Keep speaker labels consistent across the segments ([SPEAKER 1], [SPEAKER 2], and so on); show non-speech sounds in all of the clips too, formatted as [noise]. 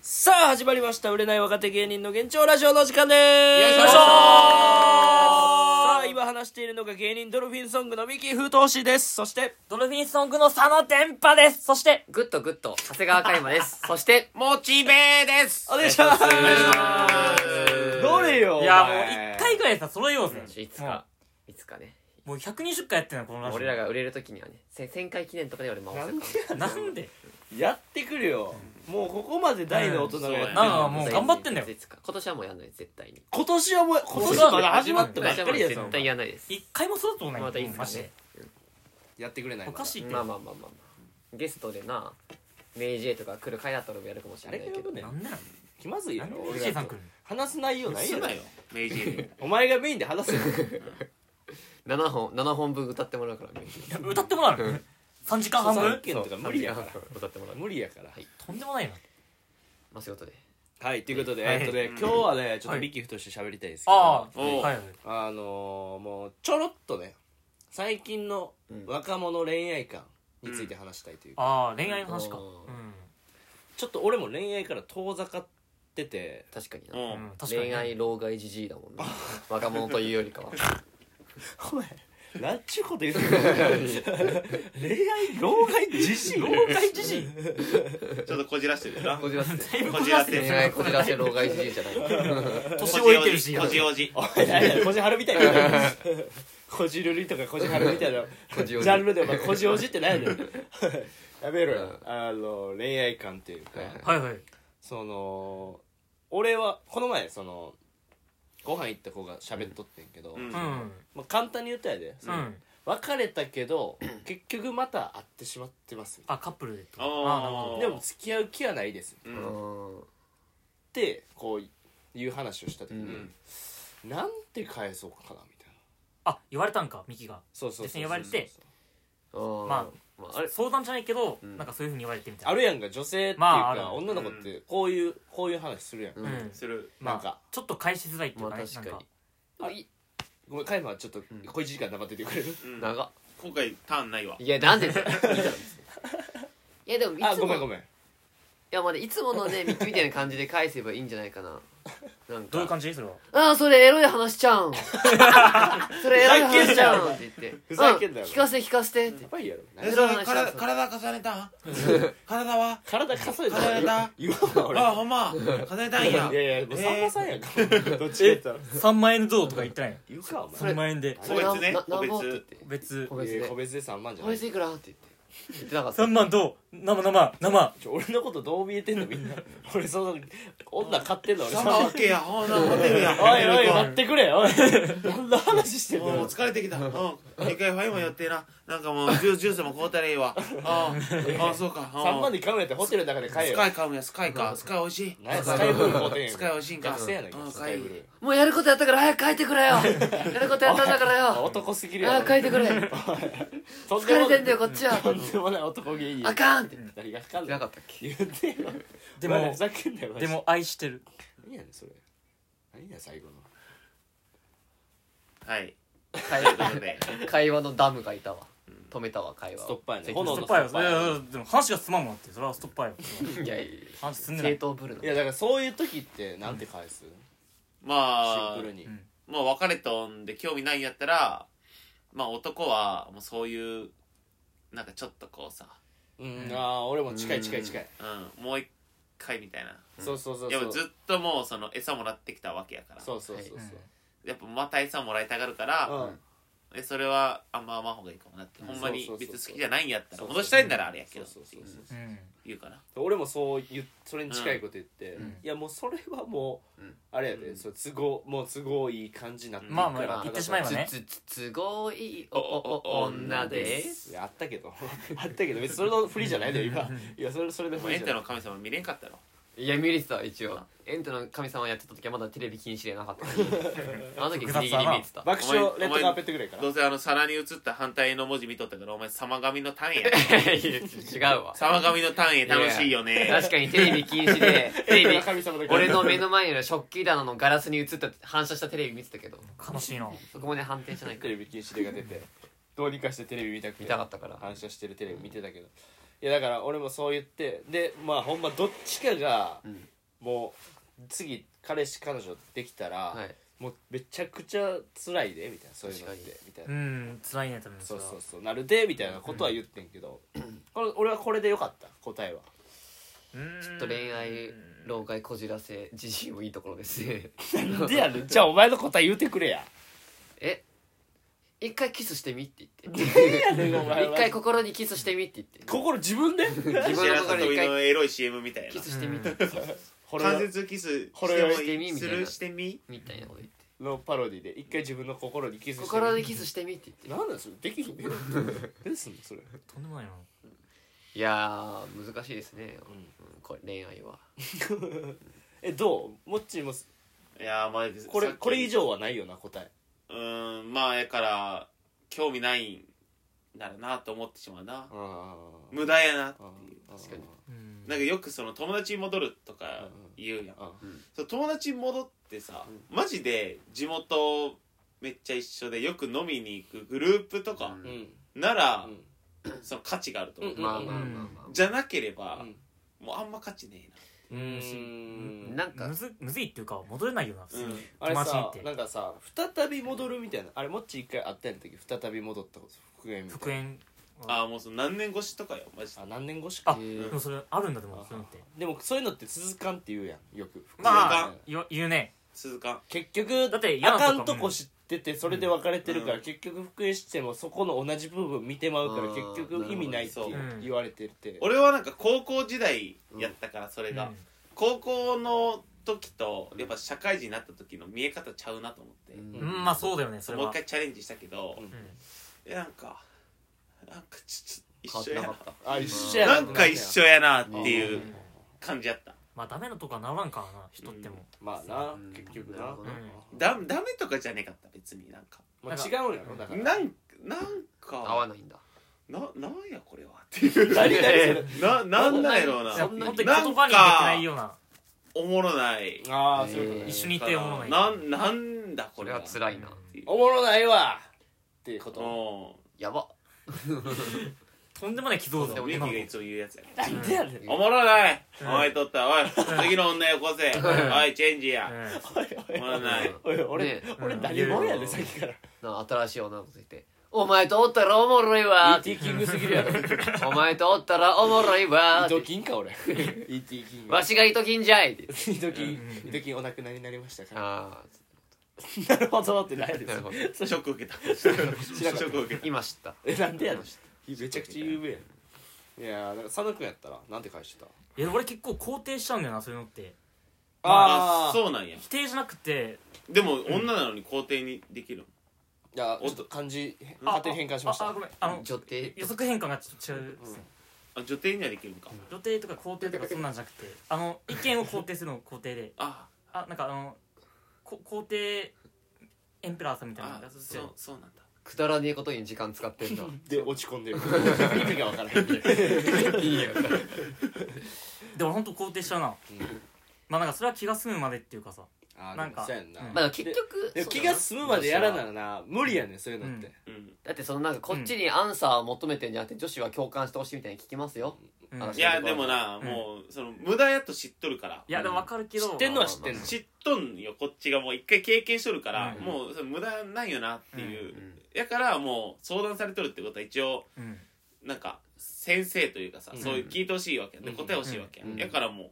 [SPEAKER 1] さあ始まりました売れない若手芸人の現状ラジオの時間です
[SPEAKER 2] よいしょー
[SPEAKER 1] さあ今話しているのが芸人ドルフィンソングのミキ風投資ですそして
[SPEAKER 3] ドルフィンソングの佐野電波です。そして、グッドグッド、長谷川海馬 [laughs] です。そして、
[SPEAKER 2] モチベーです
[SPEAKER 1] お願いしますどれよ
[SPEAKER 3] いや、もう1回ぐらいさ、揃えようぜ。
[SPEAKER 4] いつか、いつかね、
[SPEAKER 3] もう120回やってんの、このラジオ。
[SPEAKER 4] 俺らが売れる時にはね、せ1000回記念とかで俺回すから。
[SPEAKER 3] なんで
[SPEAKER 1] やってくるよもうここまで大の大人がやってる
[SPEAKER 3] なんかもう頑張ってんだよ
[SPEAKER 4] いつ。いつか今年はもうやんない、絶対に。
[SPEAKER 1] 今年はもう今年
[SPEAKER 3] 今年は
[SPEAKER 1] まだ始まったばっ
[SPEAKER 4] 今年
[SPEAKER 1] か
[SPEAKER 4] はもう
[SPEAKER 1] りやぞ
[SPEAKER 4] 絶対やんないです。
[SPEAKER 3] 一回もそうともない。
[SPEAKER 4] またいつ
[SPEAKER 3] マ
[SPEAKER 4] か
[SPEAKER 3] ジ
[SPEAKER 4] ね
[SPEAKER 3] で。。
[SPEAKER 2] やってくれない
[SPEAKER 3] おかしいって。
[SPEAKER 4] まあ
[SPEAKER 3] な
[SPEAKER 4] まあまあまあまあ。ゲストでな、メイジェイとか来る回だったら俺やるかもし
[SPEAKER 1] あ
[SPEAKER 4] れ
[SPEAKER 1] れ
[SPEAKER 4] な
[SPEAKER 1] が
[SPEAKER 4] いけ
[SPEAKER 1] よく。
[SPEAKER 4] ど
[SPEAKER 1] ね
[SPEAKER 3] んでなん
[SPEAKER 1] 気まずいよ
[SPEAKER 3] なんで
[SPEAKER 1] 俺
[SPEAKER 3] DJ さ
[SPEAKER 1] ら
[SPEAKER 3] ん
[SPEAKER 1] と
[SPEAKER 3] 来る
[SPEAKER 1] 話す内容ないよ
[SPEAKER 2] すなよ明治に
[SPEAKER 1] お前がメインで話せよ
[SPEAKER 4] 7本、7本分歌ってもらうから、メイジェイ。
[SPEAKER 3] の歌ってもらうの ?3 時間半
[SPEAKER 1] 三
[SPEAKER 3] 分
[SPEAKER 1] 件とか無理や
[SPEAKER 4] [laughs]
[SPEAKER 3] [laughs]
[SPEAKER 1] から
[SPEAKER 4] そう歌ってもらう。
[SPEAKER 1] 無理やから
[SPEAKER 3] とんでもないな。
[SPEAKER 4] まあ仕事で。
[SPEAKER 1] はいということで、
[SPEAKER 3] はい
[SPEAKER 1] えっとね、今日はねちょっと
[SPEAKER 3] はい
[SPEAKER 1] ミキフとして喋りたいんですけど
[SPEAKER 3] ああ、
[SPEAKER 2] おう
[SPEAKER 3] はい。
[SPEAKER 1] あのー、もうちょろっとね最近の若者恋愛観について話したいというか、
[SPEAKER 3] ああ、恋愛の話か。
[SPEAKER 4] う
[SPEAKER 1] ちょっと俺も恋愛から遠ざかってて
[SPEAKER 4] 確かに
[SPEAKER 2] う
[SPEAKER 4] な。
[SPEAKER 3] うんん。確かにね。
[SPEAKER 4] 恋愛老害じじいだ
[SPEAKER 3] [laughs]
[SPEAKER 4] もんな。若者というよりかは。
[SPEAKER 1] お前なんちゅうこと言うてんの恋愛老害自身老害自身
[SPEAKER 2] ちょっとこじらしてる
[SPEAKER 1] [laughs]
[SPEAKER 2] よな
[SPEAKER 4] こじらせて。
[SPEAKER 2] こじらせ
[SPEAKER 4] 恋愛こじらせ老害じじいじゃない。
[SPEAKER 3] 年老いてるし。
[SPEAKER 2] こじおじ
[SPEAKER 1] お前何やこじはるみたいなこじるりとかこじはるみたいな
[SPEAKER 4] こじ
[SPEAKER 1] ジ
[SPEAKER 4] おじ
[SPEAKER 1] ャンルでお前こじおじってない
[SPEAKER 4] [laughs]
[SPEAKER 1] のよやめろ
[SPEAKER 4] う
[SPEAKER 1] よ
[SPEAKER 4] ん
[SPEAKER 1] あの恋愛観っていうか、
[SPEAKER 4] はいはい
[SPEAKER 3] はいはい。
[SPEAKER 1] その俺はこの前そのご飯行った子が喋っとってんけど、
[SPEAKER 2] うん
[SPEAKER 3] うん。
[SPEAKER 1] まあ、簡単に言ったやで、
[SPEAKER 3] うん。
[SPEAKER 1] 別れたけど結局また会ってしまってますみたい
[SPEAKER 3] あ、カップルでってこと。
[SPEAKER 2] あー
[SPEAKER 3] あーなるほ
[SPEAKER 1] な
[SPEAKER 3] ど。
[SPEAKER 1] でも付き合う気はないです
[SPEAKER 2] う
[SPEAKER 4] うんん。
[SPEAKER 1] ってこういう話をした時
[SPEAKER 2] う
[SPEAKER 1] に、
[SPEAKER 2] ん
[SPEAKER 1] なんて返そうかなみたいな
[SPEAKER 3] あ、言われたんか、ミキが。
[SPEAKER 1] そうそうそう
[SPEAKER 3] 別に言われて
[SPEAKER 4] ま
[SPEAKER 3] ま
[SPEAKER 4] あ、まあ、あれ、
[SPEAKER 3] 相談じゃないけど、
[SPEAKER 4] うん
[SPEAKER 3] なんかそういうふうに言われてみた
[SPEAKER 1] あ
[SPEAKER 3] いな。
[SPEAKER 1] るやんか女性っていうか、
[SPEAKER 3] まあある
[SPEAKER 1] 女の子ってこういうこういう話するやん、
[SPEAKER 4] う
[SPEAKER 3] うんん。
[SPEAKER 2] する
[SPEAKER 1] な
[SPEAKER 3] ま
[SPEAKER 1] んか
[SPEAKER 3] あ、ちょっと返しづらいってい
[SPEAKER 4] ま
[SPEAKER 3] う
[SPEAKER 4] あ
[SPEAKER 3] かね、
[SPEAKER 4] 確
[SPEAKER 3] な
[SPEAKER 4] か
[SPEAKER 3] んか
[SPEAKER 1] あいごめんカイマはちょっと小一時間黙っててくれる、
[SPEAKER 2] う
[SPEAKER 4] に。
[SPEAKER 2] ん
[SPEAKER 4] 長っ。
[SPEAKER 2] 今回ターンないわ
[SPEAKER 4] いや、なんでだよいや、でも、い
[SPEAKER 1] あ
[SPEAKER 4] つ
[SPEAKER 1] ご
[SPEAKER 4] も、
[SPEAKER 1] めんご
[SPEAKER 4] い
[SPEAKER 1] めん
[SPEAKER 4] や、まあね、いつものね、 [laughs] ミッキーみたいな感じで返せばいいんじゃないかな。なんか、
[SPEAKER 3] どういう感じそれは。
[SPEAKER 4] ああ、それエロい話ち
[SPEAKER 1] [laughs]
[SPEAKER 4] ゃうん。それエロい話ちゃうんって言って。
[SPEAKER 1] ふざけんなよ
[SPEAKER 4] うん聞かせて聞かせてって
[SPEAKER 1] や。ばいやろ
[SPEAKER 4] えそれ体
[SPEAKER 2] 重ね
[SPEAKER 1] [laughs]
[SPEAKER 2] た体は
[SPEAKER 1] 体重ね
[SPEAKER 2] 重
[SPEAKER 1] [laughs]
[SPEAKER 2] ねた
[SPEAKER 1] 言わんわ俺
[SPEAKER 2] ほんま重ねた
[SPEAKER 1] い [laughs] やいやもうさんまさんやんか、どっちか言ったら
[SPEAKER 3] 3万円どうとか言ってないの
[SPEAKER 1] 言うかお前
[SPEAKER 4] れ
[SPEAKER 3] 3万円で
[SPEAKER 4] それ
[SPEAKER 2] 個別ね
[SPEAKER 4] なな
[SPEAKER 2] 個別
[SPEAKER 4] なんぼって言って
[SPEAKER 3] 別
[SPEAKER 4] 個別
[SPEAKER 1] えー個
[SPEAKER 4] で。
[SPEAKER 1] 別で3万じゃ
[SPEAKER 4] こ
[SPEAKER 1] ない
[SPEAKER 4] いついくらって言って。言ってなかった。
[SPEAKER 3] 3万どう生生生
[SPEAKER 1] ちょ俺のことどう見えてんのみんな俺その女買ってんの俺
[SPEAKER 2] オッケーやほんなホ
[SPEAKER 1] [laughs]
[SPEAKER 2] テルや
[SPEAKER 1] おいおい待ってくれおい何の話してんのよ
[SPEAKER 2] 疲れてきたうん一回ファイもやってななんかもうジュジュースも買うたらいいわああそうか
[SPEAKER 1] 3万で買うんやったらホテルの中で買え
[SPEAKER 2] ス
[SPEAKER 1] よ
[SPEAKER 2] カイ買うやスカイかスカイ美味しい
[SPEAKER 1] 何やスカイブルー買うてんやん
[SPEAKER 2] スカイ美味しいんか
[SPEAKER 1] 学生やないか
[SPEAKER 2] うん
[SPEAKER 1] スカイブルー
[SPEAKER 4] もうやることやったから早く帰ってくれよ。やることやったんだから
[SPEAKER 1] [laughs] あ
[SPEAKER 4] よ。
[SPEAKER 1] 男すぎるや
[SPEAKER 4] 早
[SPEAKER 1] ろ
[SPEAKER 4] く帰ってくれ。
[SPEAKER 1] とん
[SPEAKER 4] 疲
[SPEAKER 1] で
[SPEAKER 4] れ
[SPEAKER 1] も
[SPEAKER 4] てんだよ、こっちは。
[SPEAKER 1] とんでもない男芸人
[SPEAKER 4] あかんって。
[SPEAKER 1] 何がかん
[SPEAKER 4] な
[SPEAKER 1] だ
[SPEAKER 4] かっ
[SPEAKER 1] よ
[SPEAKER 4] たっけ
[SPEAKER 1] 言ってよ
[SPEAKER 3] で
[SPEAKER 1] お前ら
[SPEAKER 3] も
[SPEAKER 1] ふざけんなよマジ
[SPEAKER 3] でも愛してる
[SPEAKER 1] 何やねんそれ何や最後の
[SPEAKER 2] はい
[SPEAKER 4] 会
[SPEAKER 2] ということで
[SPEAKER 4] 会話のダムがいたわ。止めたわ、会話を。
[SPEAKER 1] ストッパーやね
[SPEAKER 4] 関
[SPEAKER 1] 炎
[SPEAKER 3] ス
[SPEAKER 1] の
[SPEAKER 3] トッパーよ
[SPEAKER 1] ス
[SPEAKER 3] い
[SPEAKER 1] トッパー
[SPEAKER 3] やいやでも話が進まんもんだってそれはストッパーよ
[SPEAKER 4] いやいやい
[SPEAKER 3] 話進ん
[SPEAKER 4] や
[SPEAKER 3] でな
[SPEAKER 4] 正
[SPEAKER 3] い
[SPEAKER 4] 当ぶるの
[SPEAKER 1] いやだからそういう時ってなんて返すシ
[SPEAKER 2] まあ
[SPEAKER 1] ンプルに
[SPEAKER 3] うん
[SPEAKER 2] まあ別れたんで興味ないんやったらまあ男はもうそういうなんかちょっとこうさ、
[SPEAKER 1] うんああ俺も近い近い近い
[SPEAKER 2] うん、もう一回みたいな
[SPEAKER 1] そうそうそう
[SPEAKER 2] で
[SPEAKER 1] そ
[SPEAKER 2] も
[SPEAKER 1] う
[SPEAKER 2] ずっともうその餌もらってきたわけやから
[SPEAKER 1] そうそうそうそう
[SPEAKER 2] やっぱまた餌もらいたがるから、
[SPEAKER 1] うん
[SPEAKER 2] でそれはあんま甘ほうがいいかもなって、
[SPEAKER 1] うん
[SPEAKER 2] ほんまに
[SPEAKER 1] そうそうそうそう
[SPEAKER 2] 別に好きじゃないんやったら
[SPEAKER 1] そうそう
[SPEAKER 2] 戻したいんならあれやけど
[SPEAKER 1] そうそうそうそう
[SPEAKER 2] 言
[SPEAKER 3] う
[SPEAKER 2] う
[SPEAKER 3] ん
[SPEAKER 2] かな
[SPEAKER 1] 俺もそう言うそれに近いこと言って、
[SPEAKER 3] ん
[SPEAKER 1] いやもうそれはもう、
[SPEAKER 4] うん
[SPEAKER 1] あれやで、そう都合もう都合いい感じになってる
[SPEAKER 3] まあまあ
[SPEAKER 1] から
[SPEAKER 3] 言ってしまえばね
[SPEAKER 4] つつつごいおおお女です
[SPEAKER 1] いやあったけど [laughs] あったけど別にそれの振りじゃないのよ今いやそれそれで
[SPEAKER 2] も
[SPEAKER 1] 振
[SPEAKER 2] うエ
[SPEAKER 1] り
[SPEAKER 2] ン
[SPEAKER 1] じ
[SPEAKER 2] タ
[SPEAKER 1] ゃない
[SPEAKER 2] の神様見れんかったろ
[SPEAKER 4] いや見れてた一応エントの神様やってた時はまだテレビ禁止でなかったのにあの時ギリギリ見えてた
[SPEAKER 1] 爆
[SPEAKER 2] お
[SPEAKER 1] 笑レッド
[SPEAKER 2] 前
[SPEAKER 1] カーペットぐらいか
[SPEAKER 2] ど
[SPEAKER 1] ら
[SPEAKER 2] うせあの皿に映った反対の文字見とったからお前様神
[SPEAKER 1] [laughs]
[SPEAKER 2] の単位や
[SPEAKER 4] いや違うわ
[SPEAKER 2] 様神の単位楽しいよね
[SPEAKER 4] 確かにテレビ禁止でテレビ
[SPEAKER 1] 神様だから
[SPEAKER 4] 俺の目の前の食器棚のガラスに映った反射したテレビ見てたけど
[SPEAKER 3] 悲しいな
[SPEAKER 4] そこまで反転じゃないか
[SPEAKER 1] テ
[SPEAKER 4] ら
[SPEAKER 1] レビ禁止令が出てどうにかしてテレビ見たくて
[SPEAKER 4] 見たかったから
[SPEAKER 1] 反射してるテレビ見てたけどいやだから俺もそう言ってでまあほんまどっちかが
[SPEAKER 4] ん
[SPEAKER 1] もう次彼氏彼女できたら、
[SPEAKER 4] はい
[SPEAKER 1] もうめちゃくちゃ辛いでみたいなそういうのっ
[SPEAKER 4] 確
[SPEAKER 1] てみたいな、
[SPEAKER 5] うん辛いね多分
[SPEAKER 1] そうそううそうなるでみたいなことは言ってんけど、これ俺はこれでよかった答え
[SPEAKER 4] [laughs]
[SPEAKER 1] は
[SPEAKER 5] ち
[SPEAKER 4] ちょっと恋愛老害こじらせ自身もいいところですね
[SPEAKER 1] でやるじゃあお前の答え言うてくれや
[SPEAKER 4] え一回キスしてみって言って
[SPEAKER 1] お前は
[SPEAKER 4] [laughs] 一回心にキスしてみって言って
[SPEAKER 1] 心自分で [laughs]
[SPEAKER 4] 自分の
[SPEAKER 2] 白
[SPEAKER 4] 心
[SPEAKER 2] 里
[SPEAKER 4] に一
[SPEAKER 2] 鳥の
[SPEAKER 4] 回
[SPEAKER 2] エロい CM みたい
[SPEAKER 4] キ
[SPEAKER 2] な
[SPEAKER 4] スしてみて
[SPEAKER 1] こ
[SPEAKER 2] 関
[SPEAKER 1] れ
[SPEAKER 2] 節キス
[SPEAKER 1] これを
[SPEAKER 2] してもい
[SPEAKER 4] してみ
[SPEAKER 2] い
[SPEAKER 4] みた
[SPEAKER 2] す
[SPEAKER 4] いな
[SPEAKER 2] るしてみ
[SPEAKER 4] みたいなこと言って
[SPEAKER 1] のパロディで一回自分の心にキスして
[SPEAKER 4] 心にキスしてみって言って
[SPEAKER 1] なんなんそれできひんねですんのそれ
[SPEAKER 5] とんでもないない
[SPEAKER 4] やー難しいですね、
[SPEAKER 1] ん
[SPEAKER 4] うんこれ恋愛は
[SPEAKER 1] えどうもっちーも
[SPEAKER 2] いやーまあ
[SPEAKER 1] これ
[SPEAKER 2] さっき
[SPEAKER 1] これ以上はないよな答え
[SPEAKER 2] うーんまあやから興味ないんだろうなと思ってしまうな
[SPEAKER 1] あ
[SPEAKER 2] 無駄やなっていう
[SPEAKER 1] 確
[SPEAKER 4] 確かに
[SPEAKER 5] うん
[SPEAKER 2] なんかよくその友達に戻るとか言うやん
[SPEAKER 1] あ
[SPEAKER 2] その友達に戻ってさマジで地元めっちゃ一緒でよく飲みに行くグループとか
[SPEAKER 4] うん
[SPEAKER 1] うん
[SPEAKER 2] なら
[SPEAKER 1] うん
[SPEAKER 2] その価値があると思う
[SPEAKER 1] うん
[SPEAKER 4] まあまあまあまあ、
[SPEAKER 2] じゃなければ
[SPEAKER 1] うん
[SPEAKER 2] もうあんま価値ね
[SPEAKER 1] うーん
[SPEAKER 4] なんか
[SPEAKER 5] むずむずいっていうか戻れないよな普通
[SPEAKER 2] えなう
[SPEAKER 5] に
[SPEAKER 2] ん
[SPEAKER 1] あれ
[SPEAKER 5] 友
[SPEAKER 1] さ
[SPEAKER 5] 達って
[SPEAKER 1] なんかさ再び戻るみたいなあれもっち一回会ったんや時再び戻ったこと復縁みた
[SPEAKER 5] 復
[SPEAKER 1] いな
[SPEAKER 5] 縁
[SPEAKER 2] ああもうその何年越しとかよマジで
[SPEAKER 1] あ何年越し
[SPEAKER 5] あ
[SPEAKER 1] か
[SPEAKER 4] え
[SPEAKER 5] で
[SPEAKER 4] ー
[SPEAKER 5] もそれあるんだでも
[SPEAKER 1] あ
[SPEAKER 5] そういうのって
[SPEAKER 1] でもそういうのって続かんって言うやんよく
[SPEAKER 5] ま
[SPEAKER 1] う
[SPEAKER 5] あ
[SPEAKER 1] ん
[SPEAKER 5] よ言うね
[SPEAKER 2] 鈴鹿
[SPEAKER 1] 結局
[SPEAKER 5] だって嫌
[SPEAKER 1] あ
[SPEAKER 5] な
[SPEAKER 1] か
[SPEAKER 5] と
[SPEAKER 1] ん
[SPEAKER 5] ことも
[SPEAKER 1] こ知っててそれで別れてるから、
[SPEAKER 2] うん
[SPEAKER 1] 結局復縁してもそこの同じ部分見てまうから
[SPEAKER 4] あー
[SPEAKER 1] 結局意味ないって
[SPEAKER 2] なる
[SPEAKER 5] ほどそう
[SPEAKER 1] 言われてるって、
[SPEAKER 2] 俺はなんか高校時代やったからそれが
[SPEAKER 5] うん
[SPEAKER 2] 高校の時とやっぱ社会人になった時の見え方ちゃうなと思って
[SPEAKER 4] うん
[SPEAKER 5] うんまあそうだよねそれ
[SPEAKER 2] もう
[SPEAKER 5] は
[SPEAKER 2] 一回チャレンジしたけど
[SPEAKER 1] うん
[SPEAKER 2] えなんかなんかちょ
[SPEAKER 4] 変
[SPEAKER 2] っ
[SPEAKER 4] わっ
[SPEAKER 2] と
[SPEAKER 4] てなかっ
[SPEAKER 2] 一緒やな
[SPEAKER 4] た
[SPEAKER 1] あ一緒や
[SPEAKER 2] な
[SPEAKER 1] なん
[SPEAKER 2] か一緒やなって
[SPEAKER 5] う
[SPEAKER 2] いうん感じやった
[SPEAKER 5] まあダメなとこはならんからな人っても
[SPEAKER 1] まあな
[SPEAKER 4] うん
[SPEAKER 1] 結局
[SPEAKER 4] なる
[SPEAKER 1] な
[SPEAKER 4] ほ
[SPEAKER 5] うん
[SPEAKER 2] だダメとかじゃねえかった別になんか
[SPEAKER 1] まあ、違うんやろだから
[SPEAKER 2] なんなん
[SPEAKER 4] 合わ
[SPEAKER 2] か
[SPEAKER 4] ないんだ
[SPEAKER 2] ななんやこれはっていう
[SPEAKER 1] 何々それ
[SPEAKER 2] [laughs] ななんなんやろう
[SPEAKER 5] いや
[SPEAKER 2] な
[SPEAKER 4] そんな
[SPEAKER 5] 本当に言葉にできないような
[SPEAKER 2] おもろない
[SPEAKER 1] ああそういうこと
[SPEAKER 4] え
[SPEAKER 1] ね
[SPEAKER 5] 一緒にいておもろない
[SPEAKER 2] なんなんだこ
[SPEAKER 4] こ
[SPEAKER 2] れ
[SPEAKER 4] れ
[SPEAKER 2] は
[SPEAKER 4] は辛いな
[SPEAKER 2] っていう
[SPEAKER 1] おもろないわっていうこと
[SPEAKER 2] う
[SPEAKER 4] やば
[SPEAKER 5] とんでもない気道
[SPEAKER 2] ん
[SPEAKER 5] だ
[SPEAKER 2] で
[SPEAKER 5] よ
[SPEAKER 2] もミキがいつも言うやつや
[SPEAKER 1] なんでやねん
[SPEAKER 2] おもろない
[SPEAKER 5] うん
[SPEAKER 2] お前とったおい次の女よこせおいチェンジや
[SPEAKER 1] おいお
[SPEAKER 2] お
[SPEAKER 1] い
[SPEAKER 2] もろない
[SPEAKER 1] おい俺、
[SPEAKER 4] ね
[SPEAKER 1] 俺何者やねんさっきから
[SPEAKER 4] な新しい女の子ついて「お前とおったらおもろいわ」
[SPEAKER 1] ET キングすぎるや [laughs] ろ
[SPEAKER 4] お前とおったらおもろい
[SPEAKER 1] [laughs]
[SPEAKER 4] わ
[SPEAKER 1] イトキンか俺 ET キング [laughs]
[SPEAKER 4] わしが糸金じゃい」って
[SPEAKER 1] イトキンイトキンお亡くなりになりましたから
[SPEAKER 4] あ
[SPEAKER 1] [laughs] なるほどってないで
[SPEAKER 4] あな
[SPEAKER 1] す
[SPEAKER 4] るほど
[SPEAKER 2] ショック受けたショ
[SPEAKER 1] なかった
[SPEAKER 2] ック受けた
[SPEAKER 4] [laughs] 今知った
[SPEAKER 1] えなんでやねんめちゃくちゃ有名やんいやーだから佐野くんやったらなんて返してた
[SPEAKER 5] いや俺結構肯定しちゃうんだよなそういうのって
[SPEAKER 2] ああ
[SPEAKER 1] う
[SPEAKER 2] そうなんや
[SPEAKER 5] 否定じゃなくて
[SPEAKER 2] でも女なのに肯定にできる
[SPEAKER 1] いやちょっと漢字勝手に変換しまし
[SPEAKER 5] ああ
[SPEAKER 1] た
[SPEAKER 5] ごめんあの
[SPEAKER 4] 女帝
[SPEAKER 5] 予測変換がちょっと違う
[SPEAKER 2] あ女帝にはできるんか
[SPEAKER 5] 予定とか肯定とかそんなんじゃなくてあの意見を肯定するのを肯定で
[SPEAKER 2] あ
[SPEAKER 5] あなんかあのこ肯定エンペラーさんみたいな
[SPEAKER 2] あ
[SPEAKER 5] やつです
[SPEAKER 2] そう
[SPEAKER 5] よ
[SPEAKER 2] そうなんだ
[SPEAKER 4] くだらねえことに時間使ってんだ
[SPEAKER 1] で落ち込んでる意味がわからへん
[SPEAKER 5] [laughs]
[SPEAKER 1] で
[SPEAKER 4] いいよ
[SPEAKER 5] でも本当肯定しちゃうなまあなんかそれは気が済むまでっていうかさ
[SPEAKER 1] あー
[SPEAKER 5] なんか
[SPEAKER 1] でもそうやんな
[SPEAKER 5] うん
[SPEAKER 4] まあ結局
[SPEAKER 1] でも気が済むまでやらならな無理やねんそういうのって
[SPEAKER 2] うん
[SPEAKER 4] だってそのなんかこっちにアンサーを求めてんじゃなくて女子は共感してほしいみたいに聞きますよ
[SPEAKER 5] うん
[SPEAKER 4] あ
[SPEAKER 2] いやでもな、
[SPEAKER 5] うん
[SPEAKER 2] もうその無駄やと知っとるから
[SPEAKER 5] いやでも分かるけど
[SPEAKER 1] 知ってんのは知ってんの
[SPEAKER 2] 知っとんよこっちがもう一回経験しとるから、
[SPEAKER 5] うん
[SPEAKER 2] もうそれ無駄ないよなっていう、
[SPEAKER 4] うんうん
[SPEAKER 2] やからもう相談されとるってことは一応
[SPEAKER 5] うん
[SPEAKER 2] なんか先生というかさ、
[SPEAKER 1] うん
[SPEAKER 2] そういう聞いてほしいわけやんで
[SPEAKER 1] うん
[SPEAKER 2] 答えほしいわけやん、
[SPEAKER 4] うん
[SPEAKER 2] やからも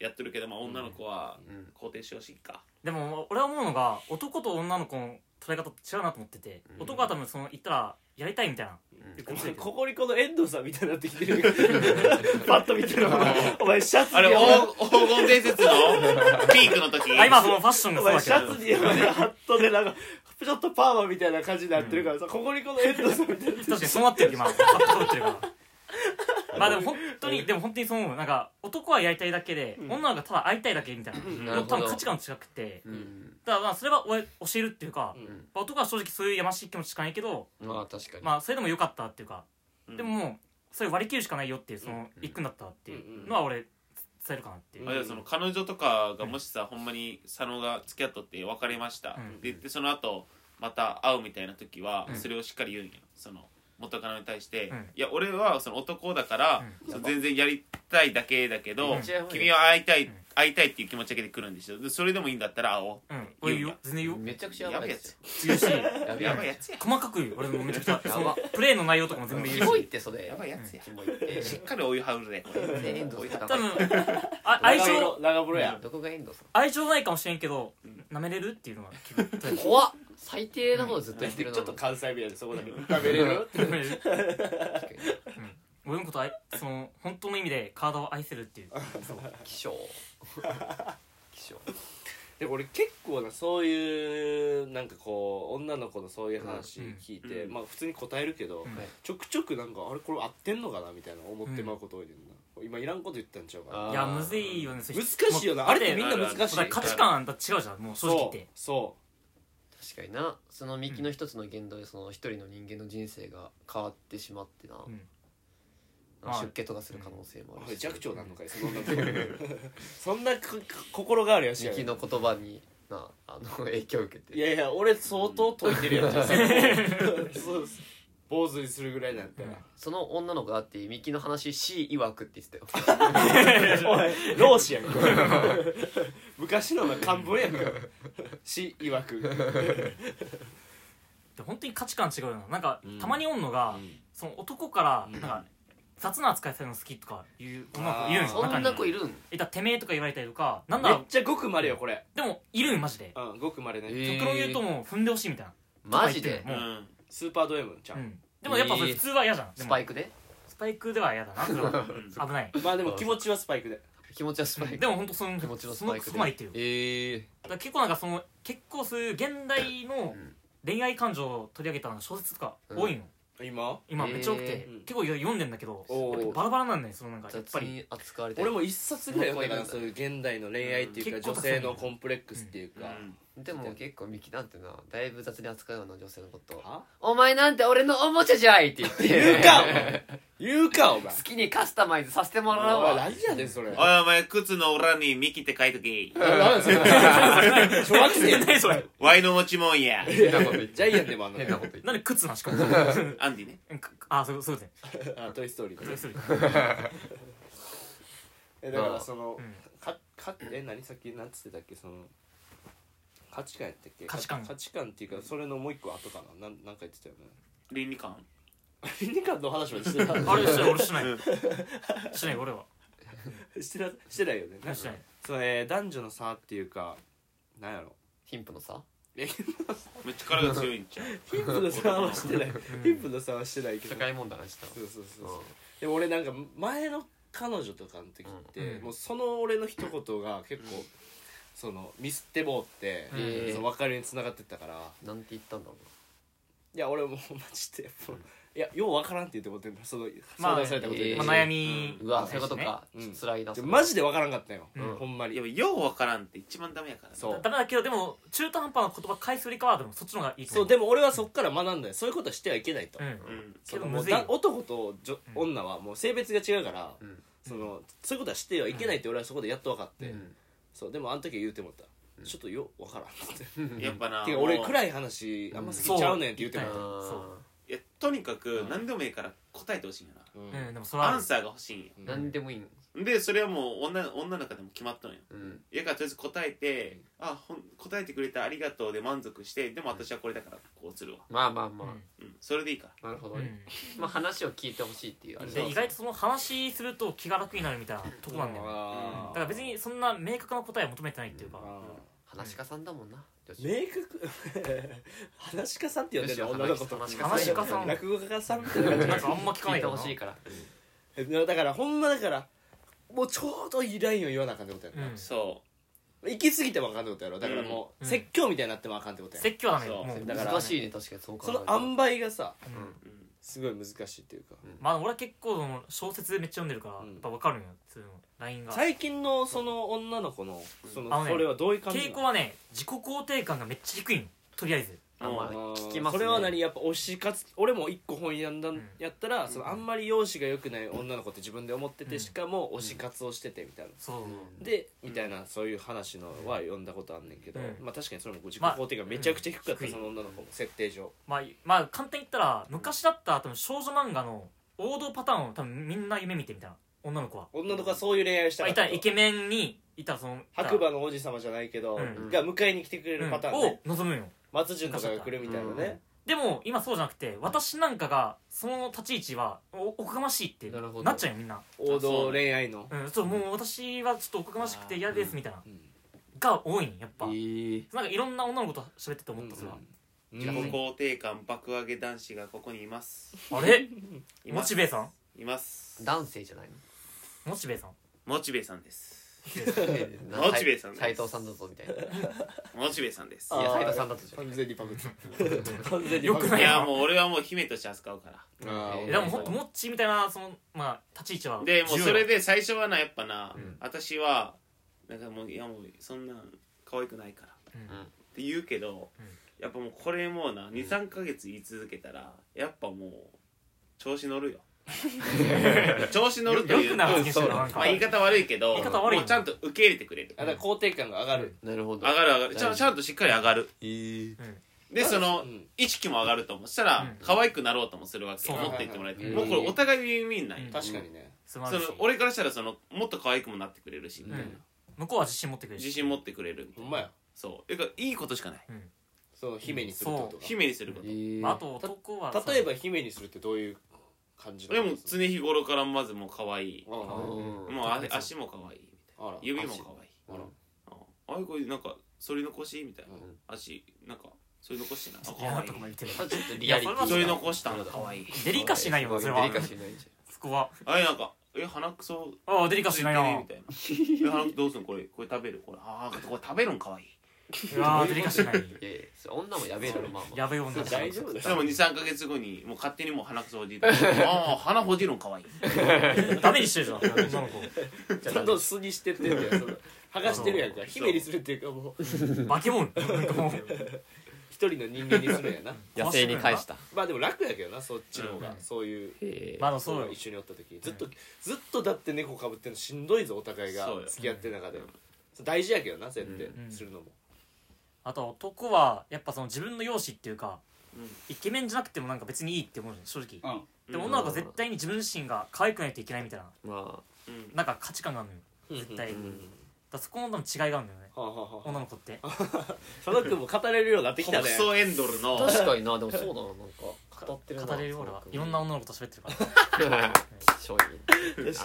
[SPEAKER 2] うやっとるけど、まあ、女の子は
[SPEAKER 4] うん
[SPEAKER 2] 肯定してほしいか、
[SPEAKER 5] でも俺は思うのが男と女の子の捉え方って違うなと思ってて、
[SPEAKER 4] うん
[SPEAKER 5] 男は多分その言ったらやりたいみたいな、
[SPEAKER 4] ん
[SPEAKER 5] こっちで
[SPEAKER 1] ここにこの遠藤さんみたいになってきてる [laughs] パッと見てるお
[SPEAKER 5] [laughs]
[SPEAKER 1] 前お前シャツ
[SPEAKER 2] あれ
[SPEAKER 1] にお前
[SPEAKER 2] 黄黄金伝説のピークの時
[SPEAKER 5] あ今そのファッションが
[SPEAKER 1] お
[SPEAKER 5] そ
[SPEAKER 1] 前
[SPEAKER 5] うだ
[SPEAKER 1] シ
[SPEAKER 5] けど
[SPEAKER 1] ャツにお前ハットでなんかちょっとパーマみたいな感じになってるからさここにこの遠藤さんみたいになって
[SPEAKER 5] 確かにそうなってるよ今パッとそうなってるからまあでも本当にでも本当にそう思うなんか男はやりたいだけで、
[SPEAKER 1] うん
[SPEAKER 5] 女の子はただ会いたいだけみたいな,、
[SPEAKER 4] なるほど
[SPEAKER 5] 多分価値観違くて
[SPEAKER 4] うん
[SPEAKER 5] だからまあそれは俺教えるっていうか、
[SPEAKER 1] うん
[SPEAKER 5] まあ男は正直そういうやましい気持ちしかないけど
[SPEAKER 4] まあ確かに
[SPEAKER 5] まあそれでもよかったっていうか、
[SPEAKER 2] うん
[SPEAKER 5] でももうそれ割り切るしかないよっていうその
[SPEAKER 4] うん
[SPEAKER 5] 一句になったっていうのは俺伝えるかなっていう、
[SPEAKER 2] あれはその彼女とかがもしさ、ほんまに佐野が付き合っとって別れました、
[SPEAKER 5] うん
[SPEAKER 2] ででその後また会うみたいな時は、
[SPEAKER 5] うん
[SPEAKER 2] それをしっかり言うんやその元カノに対して、
[SPEAKER 5] うん
[SPEAKER 2] いや俺はその男だから、その全然やりたいだけだけ
[SPEAKER 5] う
[SPEAKER 2] ど、
[SPEAKER 5] ん
[SPEAKER 2] 君は会いたい、
[SPEAKER 5] ん
[SPEAKER 2] 会いたいっていう気持ちだけで来るんですよでそれでもいいんだったら会おう
[SPEAKER 5] うん俺言うよ全然言うよ
[SPEAKER 4] めちゃくちゃや
[SPEAKER 2] や
[SPEAKER 4] ば
[SPEAKER 2] ば
[SPEAKER 4] い
[SPEAKER 2] い
[SPEAKER 4] で
[SPEAKER 2] や
[SPEAKER 4] す
[SPEAKER 2] つ
[SPEAKER 5] 言うし
[SPEAKER 4] や
[SPEAKER 2] ややばいやつや
[SPEAKER 5] 細かく言う俺もめちゃくちゃ
[SPEAKER 4] ば
[SPEAKER 5] そのプレーの内容とかも全 [laughs] 部
[SPEAKER 4] よ
[SPEAKER 5] 言
[SPEAKER 4] キモ
[SPEAKER 5] う
[SPEAKER 4] いっ
[SPEAKER 5] して
[SPEAKER 4] それ
[SPEAKER 2] やばいやつや
[SPEAKER 4] キモいって
[SPEAKER 2] しっかりお湯はうるねこれ
[SPEAKER 4] で遠藤さん
[SPEAKER 5] 多分
[SPEAKER 1] 長風
[SPEAKER 5] あ相性
[SPEAKER 1] 呂長風呂や
[SPEAKER 4] どこが遠藤さ
[SPEAKER 5] 相性ないかもしれんけど舐めれるっていう
[SPEAKER 1] [laughs]
[SPEAKER 5] のは聞く
[SPEAKER 4] ん怖っ最低なことずっと言って
[SPEAKER 1] ち
[SPEAKER 4] る
[SPEAKER 1] ょ
[SPEAKER 4] な
[SPEAKER 1] っと関西弁やでそこだけ食べれる
[SPEAKER 5] 舐めれる
[SPEAKER 4] 確かに
[SPEAKER 5] 俺のことあいその本当の意味で体を愛せるっていう
[SPEAKER 4] 気象 [laughs] 気象
[SPEAKER 1] で俺結構なそういうなんかこう女の子のそういう話聞いて、
[SPEAKER 2] うん
[SPEAKER 1] まあ普通に答えるけど、
[SPEAKER 5] うん
[SPEAKER 1] ちょくちょくなんかあれこれ合ってんのかなみたいな思ってまうこと多いねんな、今いらんこと言ったんちゃうかな
[SPEAKER 4] あー
[SPEAKER 5] いやむずいよねそれ
[SPEAKER 1] 難しいよな
[SPEAKER 5] もう
[SPEAKER 1] あれってみんな
[SPEAKER 5] だ
[SPEAKER 1] 難しい
[SPEAKER 5] って価値観あんた違うじゃんもう正直言
[SPEAKER 1] そ
[SPEAKER 5] っ
[SPEAKER 1] う
[SPEAKER 5] て
[SPEAKER 1] そ
[SPEAKER 4] 確かになその幹の一つの言動でその一人の人間の人生が変わってしまってな、
[SPEAKER 5] うん
[SPEAKER 4] なんか
[SPEAKER 5] はい
[SPEAKER 4] 出家とかする可能性も
[SPEAKER 1] う
[SPEAKER 4] あ
[SPEAKER 1] お
[SPEAKER 4] る
[SPEAKER 1] い
[SPEAKER 4] し
[SPEAKER 1] 弱長なのかいその女の子そんなこ心変わりはしない
[SPEAKER 4] 幹の言葉になあの影響を受けて
[SPEAKER 1] いやいや俺相当解いてるやんじゃんそうです坊主にするぐらいなんて
[SPEAKER 4] その女の子だって幹の話 C 曰くって言ってたよ
[SPEAKER 1] おい老子やんか [laughs] 昔のお前漢文 [laughs] やんか死曰く
[SPEAKER 5] で本当に価値観違うよななんか、
[SPEAKER 1] うん
[SPEAKER 5] たまにおんのが、
[SPEAKER 1] うん
[SPEAKER 5] その男から
[SPEAKER 1] うん
[SPEAKER 5] なんか、雑な扱いされるの好きとかいう女の子いるんですよ
[SPEAKER 1] あー
[SPEAKER 5] 中
[SPEAKER 4] そん
[SPEAKER 5] に
[SPEAKER 4] な子いるん
[SPEAKER 5] えだてめえとか言われたりとかなん
[SPEAKER 1] めっ
[SPEAKER 5] だ
[SPEAKER 1] ちゃごくまれよこれ
[SPEAKER 5] でもいるんマジで
[SPEAKER 1] うんごくまれね
[SPEAKER 5] 極論言うともう踏んでほしいみたいな
[SPEAKER 4] マジで
[SPEAKER 5] とか言って
[SPEAKER 2] うん
[SPEAKER 1] スーパード M ちゃ
[SPEAKER 5] もう、うんん、でもやっぱそれ普通は嫌じゃん、で
[SPEAKER 4] ス
[SPEAKER 5] も
[SPEAKER 4] パイクで
[SPEAKER 5] スパイクでは嫌だ
[SPEAKER 4] [laughs]
[SPEAKER 5] なそれは
[SPEAKER 2] うん
[SPEAKER 5] 危ない
[SPEAKER 1] まあでも気持ちはスパイクで
[SPEAKER 4] 気持ちはスパイク
[SPEAKER 5] でも本当その
[SPEAKER 4] 気持ちのス
[SPEAKER 5] そ
[SPEAKER 4] パ
[SPEAKER 5] の
[SPEAKER 4] イクで
[SPEAKER 5] そこまで言ってるよ
[SPEAKER 4] ええ
[SPEAKER 5] だから結構なんかその結構そういう現代の
[SPEAKER 4] うん
[SPEAKER 5] 恋愛感情を取り上げた小説とか多いの、
[SPEAKER 1] 今
[SPEAKER 5] 今めっちゃ多くて、
[SPEAKER 1] えー
[SPEAKER 5] 結構読んでんだけど
[SPEAKER 1] おー
[SPEAKER 5] やっぱバラバラなんだよそのなんかやっ
[SPEAKER 4] 雑
[SPEAKER 5] ぱり
[SPEAKER 4] に扱われて
[SPEAKER 1] 俺
[SPEAKER 4] る
[SPEAKER 1] も一冊ぐらい読んだか
[SPEAKER 4] う
[SPEAKER 1] なんそういう現代の恋愛っていう
[SPEAKER 5] う
[SPEAKER 1] か
[SPEAKER 5] ん結構
[SPEAKER 1] 女性のコンプレックスっていうか
[SPEAKER 4] でも結構幹なんてなだいぶ雑に扱うような女性のこと
[SPEAKER 1] は
[SPEAKER 4] 「お前なんて俺のおもちゃじゃい!」って言って
[SPEAKER 1] 言うかお前 [laughs] 言うかお前
[SPEAKER 4] 好きにカスタマイズさせてもらう
[SPEAKER 1] おい
[SPEAKER 4] わ
[SPEAKER 1] 何やねんそれ
[SPEAKER 2] おいお前靴の裏にミキって書いとけ
[SPEAKER 1] 何それ [laughs] 小学生
[SPEAKER 5] 何それ
[SPEAKER 2] ワイの持ちもんや
[SPEAKER 4] 変なこと言っ
[SPEAKER 1] ジャイアンでもあんの
[SPEAKER 4] 変なこと [laughs] 言って
[SPEAKER 5] なんで靴なんしかも [laughs]
[SPEAKER 2] アンディね
[SPEAKER 5] うんあそうそうですね
[SPEAKER 1] あトイ・ストーリー
[SPEAKER 5] それそれ
[SPEAKER 1] えだからその、
[SPEAKER 5] うん
[SPEAKER 1] かかえ何さっきなんつってたっけその価値観やったっけ
[SPEAKER 5] 価値観
[SPEAKER 1] か価値観っていうかそれのもう一個後かななんなんか言ってたよね [laughs]
[SPEAKER 2] 倫理観
[SPEAKER 1] 倫理観の話はしてた
[SPEAKER 5] あれしてない俺してないしてない俺は
[SPEAKER 1] [laughs] してなしてないよね
[SPEAKER 5] してない
[SPEAKER 1] その、えー男女の差っていうかなんやろ
[SPEAKER 4] 貧富の差
[SPEAKER 2] めっちゃ体が強いんちゃう
[SPEAKER 1] 貧富の差はしてない [laughs] 貧富の差はしてないけど
[SPEAKER 4] 社会問題の話した
[SPEAKER 1] そうそうそうそうでも俺なんか前の彼女とかの時って、
[SPEAKER 5] うん
[SPEAKER 1] もうその俺の一言が結構、そのミスってもうって、
[SPEAKER 4] うん
[SPEAKER 1] その別れに繋がってったから
[SPEAKER 4] なんて言ったんだろ
[SPEAKER 1] いや俺もうマジでやっぱいやようわからんって言ってもってんだその
[SPEAKER 5] ま
[SPEAKER 1] 相
[SPEAKER 5] あ
[SPEAKER 1] 談されたこと言って
[SPEAKER 4] えー
[SPEAKER 5] まあ悩み
[SPEAKER 4] ううわそういうことか
[SPEAKER 1] うん
[SPEAKER 4] 辛いな
[SPEAKER 1] でマジでわからんかったよ、
[SPEAKER 5] うん
[SPEAKER 1] ほんま
[SPEAKER 2] い
[SPEAKER 1] に
[SPEAKER 2] やようわからんって一番ダメやからね
[SPEAKER 1] そ
[SPEAKER 5] だ
[SPEAKER 1] う
[SPEAKER 5] ダメだけどでも中途半端な言葉返すよりかはでもそっちの方がいいと
[SPEAKER 1] そう
[SPEAKER 5] 思う
[SPEAKER 1] でも俺はそっから学んだよそういうことはしてはいけないと、
[SPEAKER 5] うん
[SPEAKER 2] うん
[SPEAKER 1] その
[SPEAKER 5] けど
[SPEAKER 1] も
[SPEAKER 5] む
[SPEAKER 1] う
[SPEAKER 5] ずいよ
[SPEAKER 1] だ男と女
[SPEAKER 5] うん
[SPEAKER 1] 女はもう性別が違うから、
[SPEAKER 4] うん
[SPEAKER 1] そのそういうことはしてはいけないって俺はそこでやっと分かって、
[SPEAKER 4] うん
[SPEAKER 1] そうでもあの時は言うてもった、ちょっとようわからんって、
[SPEAKER 2] やっぱな
[SPEAKER 1] てか俺暗い話あんま好きちゃうねんって言ってもらった、
[SPEAKER 5] そ
[SPEAKER 2] いやとにかく何でもいいから答えてほしいんよな
[SPEAKER 1] うん
[SPEAKER 5] うんでもそれはあ
[SPEAKER 2] ア
[SPEAKER 5] る
[SPEAKER 2] ンサーが欲しいんよ
[SPEAKER 1] うん
[SPEAKER 4] 何でもいいん
[SPEAKER 2] でそれはもう女女の中でも決まったのよ
[SPEAKER 4] うん
[SPEAKER 2] いやからとりあえず答えて「あほん答えてくれたありがとう」で満足してでも私はこれだからこうするわ、
[SPEAKER 4] まあまあま
[SPEAKER 5] うん
[SPEAKER 4] あ
[SPEAKER 2] うん、それでいいから
[SPEAKER 4] なるほど
[SPEAKER 5] う
[SPEAKER 4] ね
[SPEAKER 5] ん
[SPEAKER 4] まあ話を聞いてほしいっていうあれだ
[SPEAKER 5] で意外とその話すると気が楽になるみたいなとこなんだよね
[SPEAKER 1] あー
[SPEAKER 5] だから別にそんな明確な答えは求めてないっていうか
[SPEAKER 1] あー
[SPEAKER 4] 話し家さんだもんな女子
[SPEAKER 1] 明確 [laughs] 話し家さんって呼んでるの
[SPEAKER 4] 女子
[SPEAKER 1] 女の子と
[SPEAKER 4] 話し
[SPEAKER 5] 話し家さん
[SPEAKER 1] 落語家さんみたいな感じ
[SPEAKER 5] なんかあんま聞かな
[SPEAKER 4] 聞い
[SPEAKER 5] い
[SPEAKER 4] て
[SPEAKER 5] よ
[SPEAKER 4] ほ
[SPEAKER 5] な
[SPEAKER 4] しいから
[SPEAKER 1] だからほんまだからもうちょうどいいラインを言わなあかんってことやな、
[SPEAKER 5] うん
[SPEAKER 2] そ
[SPEAKER 1] 行き過ぎてもあかんってことやろだからもう、
[SPEAKER 5] うん
[SPEAKER 1] 説教みたいになってもあかんってことや、
[SPEAKER 5] 説教はダメよ
[SPEAKER 2] そう
[SPEAKER 5] もう
[SPEAKER 1] だから
[SPEAKER 4] 難しいね確かにそう考
[SPEAKER 1] そ
[SPEAKER 4] える
[SPEAKER 1] の
[SPEAKER 4] と
[SPEAKER 1] 塩梅がさ
[SPEAKER 5] うん
[SPEAKER 4] うん
[SPEAKER 2] う、うん、
[SPEAKER 1] すごい難しいっていうか、
[SPEAKER 5] まあ俺は結構その小説めっちゃ読んでるからや
[SPEAKER 1] うん
[SPEAKER 5] っぱ分かるんよそういうのラインが
[SPEAKER 1] 最近のその女の子のその、
[SPEAKER 5] あのね
[SPEAKER 1] それはどういう感じ
[SPEAKER 5] 傾
[SPEAKER 1] な
[SPEAKER 5] 向
[SPEAKER 1] の
[SPEAKER 5] はね自己肯定感がめっちゃ低いのとりあえず
[SPEAKER 4] あんまり聞きますね
[SPEAKER 1] それは何やっぱ推し活俺も一個本読んだん
[SPEAKER 5] うん
[SPEAKER 1] やったら、そのあんまり容姿が良くない女の子って自分で思ってて、
[SPEAKER 5] うん
[SPEAKER 1] しかも推し活をしててみたいな、
[SPEAKER 5] そう、
[SPEAKER 1] でみたいなそういう話のは読んだことあんねんけど、
[SPEAKER 5] うん
[SPEAKER 1] まあ確かにそれも自己
[SPEAKER 5] まあ
[SPEAKER 1] 肯定がめちゃくちゃ低かった、
[SPEAKER 5] うん
[SPEAKER 1] その女の子も設定上
[SPEAKER 5] まあ、まあ簡単に言ったら昔だったら多分少女漫画の王道パターンを多分みんな夢見てみたいな女の子は、
[SPEAKER 1] 女の子はそういう恋愛をした
[SPEAKER 5] まあ、
[SPEAKER 1] かっ
[SPEAKER 5] い
[SPEAKER 1] た
[SPEAKER 5] た
[SPEAKER 1] と
[SPEAKER 5] らイケメンにいたらその
[SPEAKER 1] 白馬の王子様じゃないけど、
[SPEAKER 5] うん
[SPEAKER 1] が迎えに来てくれるパターン
[SPEAKER 5] うん
[SPEAKER 1] ね、
[SPEAKER 5] を望むよ
[SPEAKER 1] 松潤とかが来るみたいなね、
[SPEAKER 5] でも今そうじゃなくて私なんかがその立ち位置はおおこがましいって
[SPEAKER 4] なるほど
[SPEAKER 5] なっちゃうよみんな、
[SPEAKER 1] 王道恋愛の、
[SPEAKER 5] うん、そうもう私はちょっとおこがましくて嫌ですみたいな、
[SPEAKER 1] うん
[SPEAKER 5] が多いんやっぱ、
[SPEAKER 4] え
[SPEAKER 5] なんかいろんな女の子と喋ってて思ったそれは、
[SPEAKER 1] うん
[SPEAKER 2] 自己肯定感爆上げ男子がここにいます
[SPEAKER 5] あれ
[SPEAKER 2] いま
[SPEAKER 5] モ
[SPEAKER 2] す
[SPEAKER 5] チベさん
[SPEAKER 2] います
[SPEAKER 4] 男性じゃないの
[SPEAKER 5] モチベさん
[SPEAKER 2] モチベさんです
[SPEAKER 4] モ
[SPEAKER 2] チベさんです
[SPEAKER 4] 斎藤さんだぞみたいない
[SPEAKER 2] モチベさんです
[SPEAKER 1] あ
[SPEAKER 4] や
[SPEAKER 1] ー
[SPEAKER 4] 斎藤さんだとじゃん
[SPEAKER 1] 完全にパクった完全に
[SPEAKER 5] よくない
[SPEAKER 2] いやもう俺はもう姫として扱うから
[SPEAKER 1] あー
[SPEAKER 4] え
[SPEAKER 5] えでもほんとモッチーみたいなそのまあ立ち位置は
[SPEAKER 2] でもう
[SPEAKER 5] 重要
[SPEAKER 2] それで最初はなやっぱな、
[SPEAKER 4] ん
[SPEAKER 2] 私はなんかもういやもうそんなん可愛くないからって言うけど、やっぱもうこれもうな23か月言い続けたらやっぱもう調子乗るよ調子乗ると
[SPEAKER 5] よ
[SPEAKER 2] いう
[SPEAKER 5] くな
[SPEAKER 2] ま
[SPEAKER 5] 発言してるななんか
[SPEAKER 2] あ言い方悪いけど
[SPEAKER 5] 言い方悪いよ
[SPEAKER 2] もうちゃんと受け入れてくれる
[SPEAKER 1] あだから肯定感が上がる、
[SPEAKER 4] なるほど
[SPEAKER 2] 上がる上がるちゃんちゃんとしっかり上がる
[SPEAKER 4] え
[SPEAKER 2] でその
[SPEAKER 1] うん
[SPEAKER 2] 意識も上がると思うそしたら、
[SPEAKER 5] うん
[SPEAKER 2] 可愛くなろうともするわけ
[SPEAKER 5] そう
[SPEAKER 2] 思っていってもらえて、
[SPEAKER 4] うん
[SPEAKER 2] もうこれお互いウィンウィンなんよ、
[SPEAKER 5] うん
[SPEAKER 1] 確かにね、
[SPEAKER 5] 素晴
[SPEAKER 2] そ
[SPEAKER 5] ら
[SPEAKER 2] の
[SPEAKER 5] しい
[SPEAKER 2] 俺からしたらそのもっと可愛くもなってくれるしみたいな、
[SPEAKER 5] うん向こうは自信持ってくれる
[SPEAKER 2] 自信持ってくれるみた
[SPEAKER 1] ほ
[SPEAKER 2] いなん
[SPEAKER 1] まや
[SPEAKER 2] そうだからいいことしかない
[SPEAKER 1] その姫にするってこと
[SPEAKER 2] 姫にすること
[SPEAKER 5] まああと男は
[SPEAKER 1] か例えば姫にするってどういう感じ
[SPEAKER 2] でも常日頃からまずもう可愛い
[SPEAKER 1] あ
[SPEAKER 2] もうあ足も可愛いみたい
[SPEAKER 1] あら
[SPEAKER 2] な指も可愛い
[SPEAKER 1] あら
[SPEAKER 2] うんあいこれなんか反り残しみたいな
[SPEAKER 1] うん
[SPEAKER 2] 足なんか反り残してない
[SPEAKER 5] 嫌
[SPEAKER 2] あ
[SPEAKER 5] な
[SPEAKER 2] 可
[SPEAKER 5] とこま
[SPEAKER 2] 愛い
[SPEAKER 5] で言って
[SPEAKER 4] ちょ
[SPEAKER 5] る
[SPEAKER 4] っとリアリティが
[SPEAKER 5] いやそ
[SPEAKER 2] 反
[SPEAKER 5] れ
[SPEAKER 2] り
[SPEAKER 5] は
[SPEAKER 2] 残したの可愛い
[SPEAKER 5] デリカシーないよなそれは
[SPEAKER 4] デリカシーないじ
[SPEAKER 5] そこは
[SPEAKER 2] あれなんかえ鼻くそ
[SPEAKER 5] ああデリカシーないな
[SPEAKER 2] ついてるみたいなえ鼻くそどうすんのこれこれ食べるこれああこれ食べるん可愛い
[SPEAKER 5] いやーデリカシーない
[SPEAKER 4] ゃんいやいやそれ女もやべえだろまあまあ
[SPEAKER 5] やべえ女だ
[SPEAKER 1] 大丈夫だ
[SPEAKER 2] でも23か月後にもう勝手にもう鼻くそほ [laughs] じいてああ鼻ほじるん可愛い
[SPEAKER 5] ダメにしてるじゃん女の子
[SPEAKER 1] ちゃんと素にしてってん [laughs] だよその剥がしてるやんか姫にするっていうかもう
[SPEAKER 5] 化け物なんかもう
[SPEAKER 1] 一人の人間にするんやな
[SPEAKER 4] 野生に返した
[SPEAKER 1] [laughs] まあでも楽やけどなそっちの方が、
[SPEAKER 5] うん
[SPEAKER 1] そういう
[SPEAKER 4] へ
[SPEAKER 5] まあでもそうよ
[SPEAKER 1] 一緒におった時ずっと、ずっとだって猫かぶってんのしんどいぞお互いが
[SPEAKER 2] そうよ
[SPEAKER 1] 付き合ってる中で、大事やけどな設定、
[SPEAKER 5] ん
[SPEAKER 1] するのも
[SPEAKER 5] あと男はやっぱその自分の容姿っていうか
[SPEAKER 2] うん
[SPEAKER 5] イケメンじゃなくてもなんか別にいいって思うじゃん正直
[SPEAKER 6] うん
[SPEAKER 5] でも女の子は絶対に自分自身が可愛くないといけないみたいな
[SPEAKER 4] ま
[SPEAKER 2] うん
[SPEAKER 5] なんか価値観があるのよ
[SPEAKER 1] 絶
[SPEAKER 5] 対
[SPEAKER 1] うんうんうん
[SPEAKER 5] だからそこの多分違いがあるんだよね
[SPEAKER 1] はあはあはあ
[SPEAKER 5] 女の子って
[SPEAKER 1] 佐野君も語れるようになってきた
[SPEAKER 2] 北
[SPEAKER 1] ね
[SPEAKER 2] 総エンドル
[SPEAKER 4] あ
[SPEAKER 2] の
[SPEAKER 4] 確かになでもそうだななんか語ってるな
[SPEAKER 5] 語れるよ俺はいろんな女の子と喋ってるから
[SPEAKER 1] 確
[SPEAKER 4] 正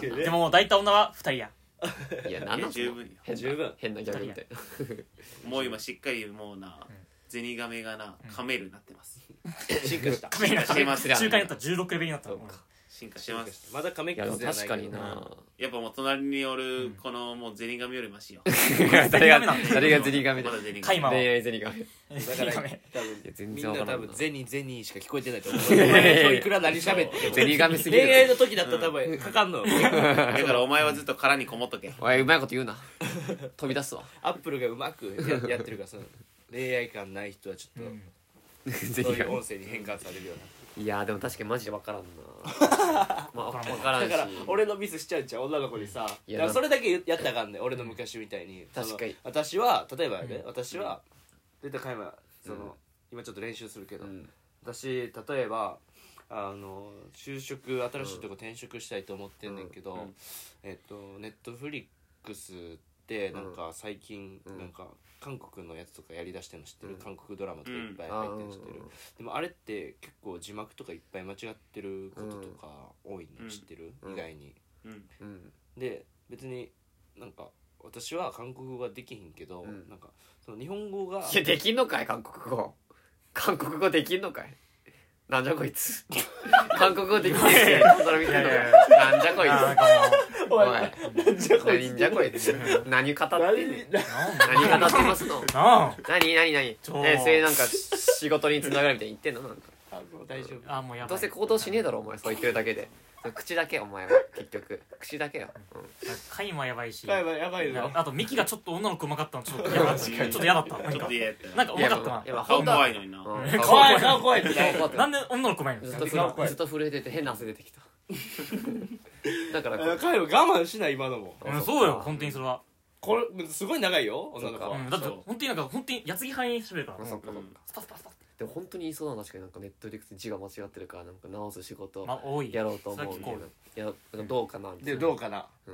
[SPEAKER 1] かにね
[SPEAKER 5] でも大体女は2人や
[SPEAKER 4] [laughs] 直いやなんなん
[SPEAKER 2] いや十分よ
[SPEAKER 4] 変な
[SPEAKER 1] 十分
[SPEAKER 4] 変なギャグみたいな
[SPEAKER 2] もう今しっかりもうな銭ガメがな
[SPEAKER 5] うん
[SPEAKER 2] カメルになってます
[SPEAKER 1] 進化した
[SPEAKER 5] 中
[SPEAKER 2] して
[SPEAKER 5] 間
[SPEAKER 2] ます
[SPEAKER 5] 中間やったら16レベルになったの
[SPEAKER 4] そうか
[SPEAKER 2] 進化して
[SPEAKER 1] 進
[SPEAKER 2] ま
[SPEAKER 1] 化
[SPEAKER 2] す
[SPEAKER 1] したまだカメ
[SPEAKER 4] い
[SPEAKER 1] ッ
[SPEAKER 4] やで
[SPEAKER 1] ク
[SPEAKER 4] も [laughs]
[SPEAKER 1] スじゃないけど
[SPEAKER 4] 確かに
[SPEAKER 1] うん
[SPEAKER 4] な
[SPEAKER 2] やっぱもう隣によるこのもうゼニガメよりマシよ
[SPEAKER 4] [laughs] 誰
[SPEAKER 5] ゼニガメなん
[SPEAKER 4] が
[SPEAKER 5] で
[SPEAKER 4] 誰がゼニガ
[SPEAKER 2] ま
[SPEAKER 4] メだ
[SPEAKER 2] だゼニガ
[SPEAKER 5] カイ
[SPEAKER 2] メ
[SPEAKER 5] マは
[SPEAKER 4] 恋愛ゼニガメ
[SPEAKER 1] だから多
[SPEAKER 5] 神
[SPEAKER 1] 分
[SPEAKER 5] 々
[SPEAKER 4] いや全
[SPEAKER 1] み
[SPEAKER 4] 然
[SPEAKER 1] ん
[SPEAKER 4] わ
[SPEAKER 1] な
[SPEAKER 4] から
[SPEAKER 1] 多
[SPEAKER 4] んな
[SPEAKER 1] 分ゼニーゼニーしか聞こえてないと思う
[SPEAKER 4] やいや
[SPEAKER 1] いくら何喋っても
[SPEAKER 4] ゼニガメすぎる
[SPEAKER 1] 恋愛の時だったら多
[SPEAKER 4] [laughs]
[SPEAKER 1] 分かかんの
[SPEAKER 2] だからお前はずっと殻にこもっとけ
[SPEAKER 4] おいうまいこと言う [laughs] な飛び出すわ
[SPEAKER 1] アップルがうまくややってるからその恋愛感ない人はちょっ
[SPEAKER 4] ゼ
[SPEAKER 1] とそう
[SPEAKER 4] ニ
[SPEAKER 1] い
[SPEAKER 4] ガ
[SPEAKER 1] う
[SPEAKER 4] メ
[SPEAKER 1] 音声に変換されるようない
[SPEAKER 4] やでも確かにマジでわからん [laughs] なまあわから
[SPEAKER 1] だ
[SPEAKER 4] んし
[SPEAKER 1] から俺のミスしちゃうんちゃう女の子にさ
[SPEAKER 4] いや
[SPEAKER 1] だからそれだけ言やったらあかんねん俺の昔みたいに
[SPEAKER 4] 確かに
[SPEAKER 1] その私は例えばね私は出た回はその今ちょっと練習するけ
[SPEAKER 4] う
[SPEAKER 1] ど
[SPEAKER 4] ん
[SPEAKER 1] 私例えばあの就職新しいとこ転職したいと思ってんねんけど、
[SPEAKER 2] うんうん
[SPEAKER 1] えっとネットフリックスってなんか最近
[SPEAKER 4] うん
[SPEAKER 1] なんか韓国のやつとかやりだしてるの知ってる、
[SPEAKER 4] うん
[SPEAKER 1] 韓国ドラマとかいっぱい入ってるの知ってる、でもあれって結構字幕とかいっぱい間違ってることとか多いの知ってる、
[SPEAKER 4] うん
[SPEAKER 1] 意外に
[SPEAKER 2] うん
[SPEAKER 4] うん
[SPEAKER 1] で別になんか私は韓国語ができひんけど、
[SPEAKER 4] うん
[SPEAKER 1] なんかその日本語が
[SPEAKER 4] いやできんのかい韓国語韓国語できんのかいなんじゃこいつ韓国語できんのかいそれ見てんのかいなんじゃこい
[SPEAKER 5] あーなん
[SPEAKER 4] つ
[SPEAKER 5] かも
[SPEAKER 4] おい
[SPEAKER 1] なんじゃこい
[SPEAKER 4] 何
[SPEAKER 1] つ
[SPEAKER 4] んじゃこいつ何語ってんねん
[SPEAKER 1] 何
[SPEAKER 5] う
[SPEAKER 4] 何語ってますの
[SPEAKER 5] なあ
[SPEAKER 4] 何何何
[SPEAKER 5] ちょ
[SPEAKER 4] えそれなんか仕事につながるみたいに言ってんのなんか
[SPEAKER 1] あもう大丈夫
[SPEAKER 5] あもうやばい
[SPEAKER 4] どうせ行動しねえだろお前そう言ってるだけで口だけお前は結局口だけよ、う
[SPEAKER 5] カイもやばいし
[SPEAKER 1] やばいやばいぞ
[SPEAKER 5] あとミキがちょっと女の子うまかったのちょっとやばちょっと嫌だったなん
[SPEAKER 2] ちょっ
[SPEAKER 5] か
[SPEAKER 2] と嫌やったよ
[SPEAKER 5] なんかうまかったない
[SPEAKER 4] やまあ
[SPEAKER 2] 顔
[SPEAKER 4] 本当は
[SPEAKER 2] 怖いのにな、
[SPEAKER 4] ん
[SPEAKER 5] え
[SPEAKER 4] 顔
[SPEAKER 5] 怖
[SPEAKER 1] 怖い顔怖いみたいな
[SPEAKER 4] 怖か
[SPEAKER 5] な
[SPEAKER 4] っ
[SPEAKER 5] んで女の子うまいの
[SPEAKER 4] たずっと震えずっと震えてて変な汗出てきただからこ
[SPEAKER 1] あの彼は我慢しない今のも
[SPEAKER 5] うんそうよ本当にそれは
[SPEAKER 1] これすごい長いよ女の子
[SPEAKER 5] う
[SPEAKER 1] は
[SPEAKER 5] んだって
[SPEAKER 2] そう
[SPEAKER 5] 本当になんか本当に矢継ぎ早に喋るから
[SPEAKER 4] あそっかそっか
[SPEAKER 2] うん
[SPEAKER 5] スパスパスパス
[SPEAKER 4] でも本当に言いそうなの確かになんかネットで字が間違ってるからなんか直す仕事
[SPEAKER 5] まあ多い
[SPEAKER 4] やろうと思うみたい
[SPEAKER 5] それは聞こ
[SPEAKER 4] ないやなんかどうかなみたい
[SPEAKER 1] で
[SPEAKER 4] な
[SPEAKER 1] どうかな
[SPEAKER 4] うん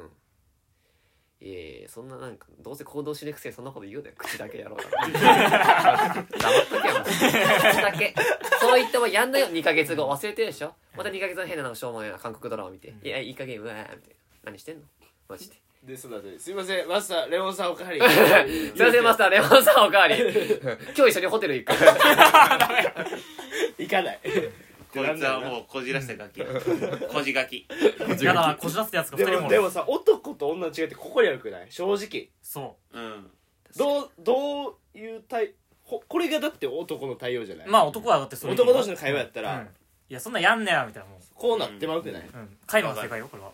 [SPEAKER 4] いやいやそんななんかどうせ行動しねくせにそんなこと言うなよ口だけやろうから黙っとけよ口だけそう言ってもやんないよ2ヶ月後忘れてるでしょまた2ヶ月後変ななんかしょうもないような韓国ドラマ見て「いやいい加減うわ」みたいな「何してんのマジで」
[SPEAKER 1] でそうだねすいませんマスターレモンさんおかわ [laughs] り
[SPEAKER 4] すいませんマスターレモンさんおかわり今日一緒にホテル行くから
[SPEAKER 1] 行かない
[SPEAKER 2] こいつはもうこじらせたガキやこじガキ
[SPEAKER 5] やだこじらせたやつが2
[SPEAKER 1] で
[SPEAKER 5] 人も
[SPEAKER 1] も
[SPEAKER 5] お
[SPEAKER 1] で
[SPEAKER 5] る
[SPEAKER 1] もさ男と女の違いってここにあるくない正直
[SPEAKER 5] そ
[SPEAKER 2] うん
[SPEAKER 1] どうどういう対ほこれがだって男の対応じゃないう
[SPEAKER 5] まあ男はだってそういう
[SPEAKER 1] 男同士の会話やったら
[SPEAKER 5] うんいやそんなんやんねやみたいなもう
[SPEAKER 1] こうなってまうくない
[SPEAKER 5] うんカイの正解よこれは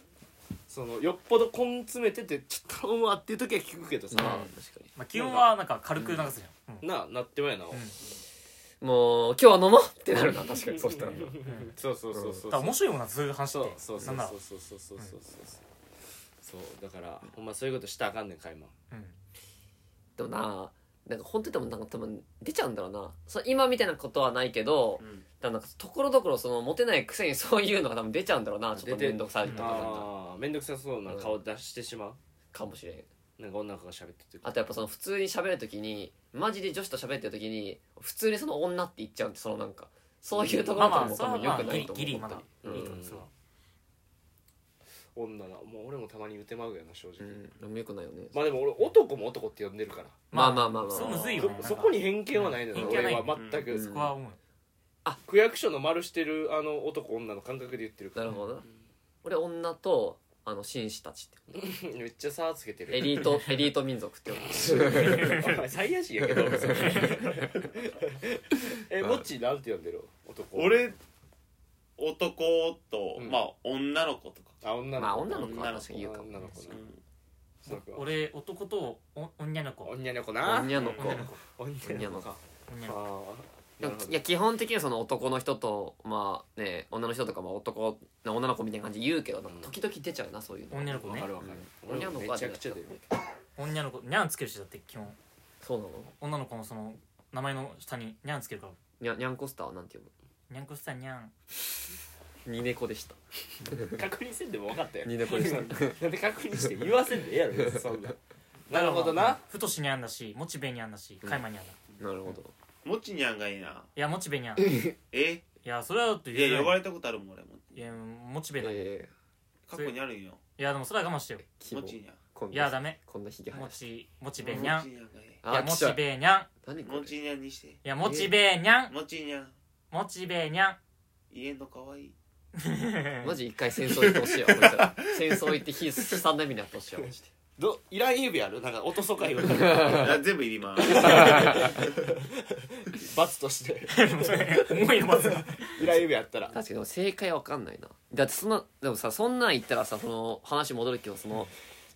[SPEAKER 1] そのよっぽど根詰めててちょっと頼むわっていう時は聞くけどさ
[SPEAKER 4] まあ
[SPEAKER 5] まあ基本はなんか軽く流すじゃんうん
[SPEAKER 1] なあなってまうやな
[SPEAKER 4] もう今日は飲もうってなるな確かにそうしたら
[SPEAKER 5] うん
[SPEAKER 1] そうそうそうそう
[SPEAKER 5] だから面白いもんなそういう話って
[SPEAKER 1] そうそ
[SPEAKER 5] な
[SPEAKER 1] うん
[SPEAKER 5] なら
[SPEAKER 1] そうそうそうそうそうそうそうそうだからほんまそういうことしたらあかんねんか今
[SPEAKER 5] うん
[SPEAKER 4] でもななんか本当にでもなんか多分出ちゃうんだろうなそう今みたいなことはないけど、
[SPEAKER 2] う
[SPEAKER 4] だ
[SPEAKER 2] ん
[SPEAKER 4] からなんかところどころそのモテないくせにそういうのが多分出ちゃうんだろうなちょっと
[SPEAKER 1] 出て
[SPEAKER 4] 面倒くさいとかなんか
[SPEAKER 1] ああ面倒くさそうな顔出してしまう
[SPEAKER 4] かもしれん
[SPEAKER 1] なんか女の子が喋ってて
[SPEAKER 4] あとやっぱその普通に喋るときにマジで女子と喋ってるときに普通にその女って言っちゃうってそのなんかそういうとこ
[SPEAKER 5] まあ
[SPEAKER 4] ろ
[SPEAKER 5] ま
[SPEAKER 4] とか
[SPEAKER 5] あ
[SPEAKER 4] も
[SPEAKER 5] そ
[SPEAKER 4] 多
[SPEAKER 5] れは
[SPEAKER 4] 分良
[SPEAKER 5] ま
[SPEAKER 4] く
[SPEAKER 5] あ
[SPEAKER 4] な
[SPEAKER 5] ギ
[SPEAKER 4] い
[SPEAKER 5] リ
[SPEAKER 4] と思
[SPEAKER 5] ギ
[SPEAKER 4] う本当に
[SPEAKER 5] リまだいいと思うそれは
[SPEAKER 1] 女なもう俺もたまに言うてまうよな正直
[SPEAKER 4] うんでも良くないよね
[SPEAKER 1] まあでも俺男も男って呼んでるから
[SPEAKER 4] まあまあまあまあ
[SPEAKER 5] そうむずいよ
[SPEAKER 1] そ
[SPEAKER 5] ね
[SPEAKER 1] そこに偏見はないのよ
[SPEAKER 5] 偏見はな
[SPEAKER 1] 俺
[SPEAKER 5] い
[SPEAKER 1] は全く、
[SPEAKER 4] うん
[SPEAKER 5] そこは思う
[SPEAKER 1] 区役所の丸してるあの男女の感覚で言ってるか
[SPEAKER 4] な
[SPEAKER 1] ら
[SPEAKER 4] るほどな俺女とあの紳士たちって
[SPEAKER 1] めっちゃ差つけてる
[SPEAKER 4] エリー
[SPEAKER 5] [laughs]
[SPEAKER 4] トエリート民族って呼ぶ
[SPEAKER 1] お前 [laughs] 最悪やけどえもっちなんて呼んでる男
[SPEAKER 2] 俺男と、
[SPEAKER 1] うん
[SPEAKER 2] まあ女の子とか、
[SPEAKER 1] あ女の子
[SPEAKER 4] まあ女の子は確かに言うかも
[SPEAKER 1] 女の子なそうか
[SPEAKER 5] 俺男とお女の子
[SPEAKER 1] 女の子な
[SPEAKER 4] 女の子
[SPEAKER 5] 女の子
[SPEAKER 1] 女の子か
[SPEAKER 5] 女
[SPEAKER 1] あ
[SPEAKER 5] の子
[SPEAKER 1] ーなるほど
[SPEAKER 4] いや基本的にはその男の人とまあね女の人とかまあ男女の子みたいな感じで言うけどなんか時々出ちゃうなそういうの
[SPEAKER 5] 女の子
[SPEAKER 1] わ
[SPEAKER 5] ね
[SPEAKER 1] かるわかる
[SPEAKER 4] うん
[SPEAKER 1] 俺もめちゃくちゃだよ
[SPEAKER 5] 女の子にゃんつけるしだって基本
[SPEAKER 4] そうなの
[SPEAKER 5] 女の子のその名前の下ににゃんつけるから
[SPEAKER 4] にゃにゃんこスターはなんて呼
[SPEAKER 5] にゃんこしたにゃん
[SPEAKER 4] ぶにねこでした
[SPEAKER 1] 確認せんでも分かったよ
[SPEAKER 4] にねこでした
[SPEAKER 1] [laughs] なんで確認して言わせんでええやろ別にそんななるほど
[SPEAKER 5] だから
[SPEAKER 1] な
[SPEAKER 5] まあふとしにゃんだしもちべにゃんだし
[SPEAKER 4] うん
[SPEAKER 5] かいまにゃんだい
[SPEAKER 4] [laughs] なるほ
[SPEAKER 5] [laughs]
[SPEAKER 4] ど
[SPEAKER 2] もちにゃんがいいな
[SPEAKER 5] やもちべにゃんい
[SPEAKER 2] え
[SPEAKER 5] やそれはだって
[SPEAKER 2] いや呼ば
[SPEAKER 5] い
[SPEAKER 2] れたことあるもん俺も
[SPEAKER 5] やもちべだい
[SPEAKER 4] え
[SPEAKER 2] 過去にあるんよ
[SPEAKER 5] やでもそれは我慢してよ
[SPEAKER 4] ー、
[SPEAKER 2] も
[SPEAKER 4] 希望
[SPEAKER 2] ちにゃん
[SPEAKER 4] こん
[SPEAKER 5] い
[SPEAKER 4] な
[SPEAKER 5] やダメ
[SPEAKER 4] こんなひげ生
[SPEAKER 5] も
[SPEAKER 4] やし
[SPEAKER 5] ちもちべにゃん
[SPEAKER 2] もち
[SPEAKER 5] い
[SPEAKER 2] にゃんがい
[SPEAKER 5] や
[SPEAKER 4] あ
[SPEAKER 5] も
[SPEAKER 4] き
[SPEAKER 5] ち
[SPEAKER 4] た
[SPEAKER 5] べにゃん
[SPEAKER 4] 何
[SPEAKER 2] い
[SPEAKER 4] こ
[SPEAKER 2] も
[SPEAKER 4] れ
[SPEAKER 2] ちにゃんにして
[SPEAKER 5] いやもちべにゃん
[SPEAKER 2] もちにゃん
[SPEAKER 5] もちべにゃん
[SPEAKER 2] 言えんのか [laughs] わいい
[SPEAKER 4] マジ一回戦争行ってほしいよ俺ら戦争行って悲惨な目にあってほしいよマジで
[SPEAKER 1] どいらん指あるなんか落とそうか今
[SPEAKER 2] あ全部いります [laughs]
[SPEAKER 1] 罰として
[SPEAKER 5] 重いよまず
[SPEAKER 1] いらん指あったら
[SPEAKER 4] 確かにでも正解は分かんないなだってそんなでもさそんなん言ったらさその話戻るけどその、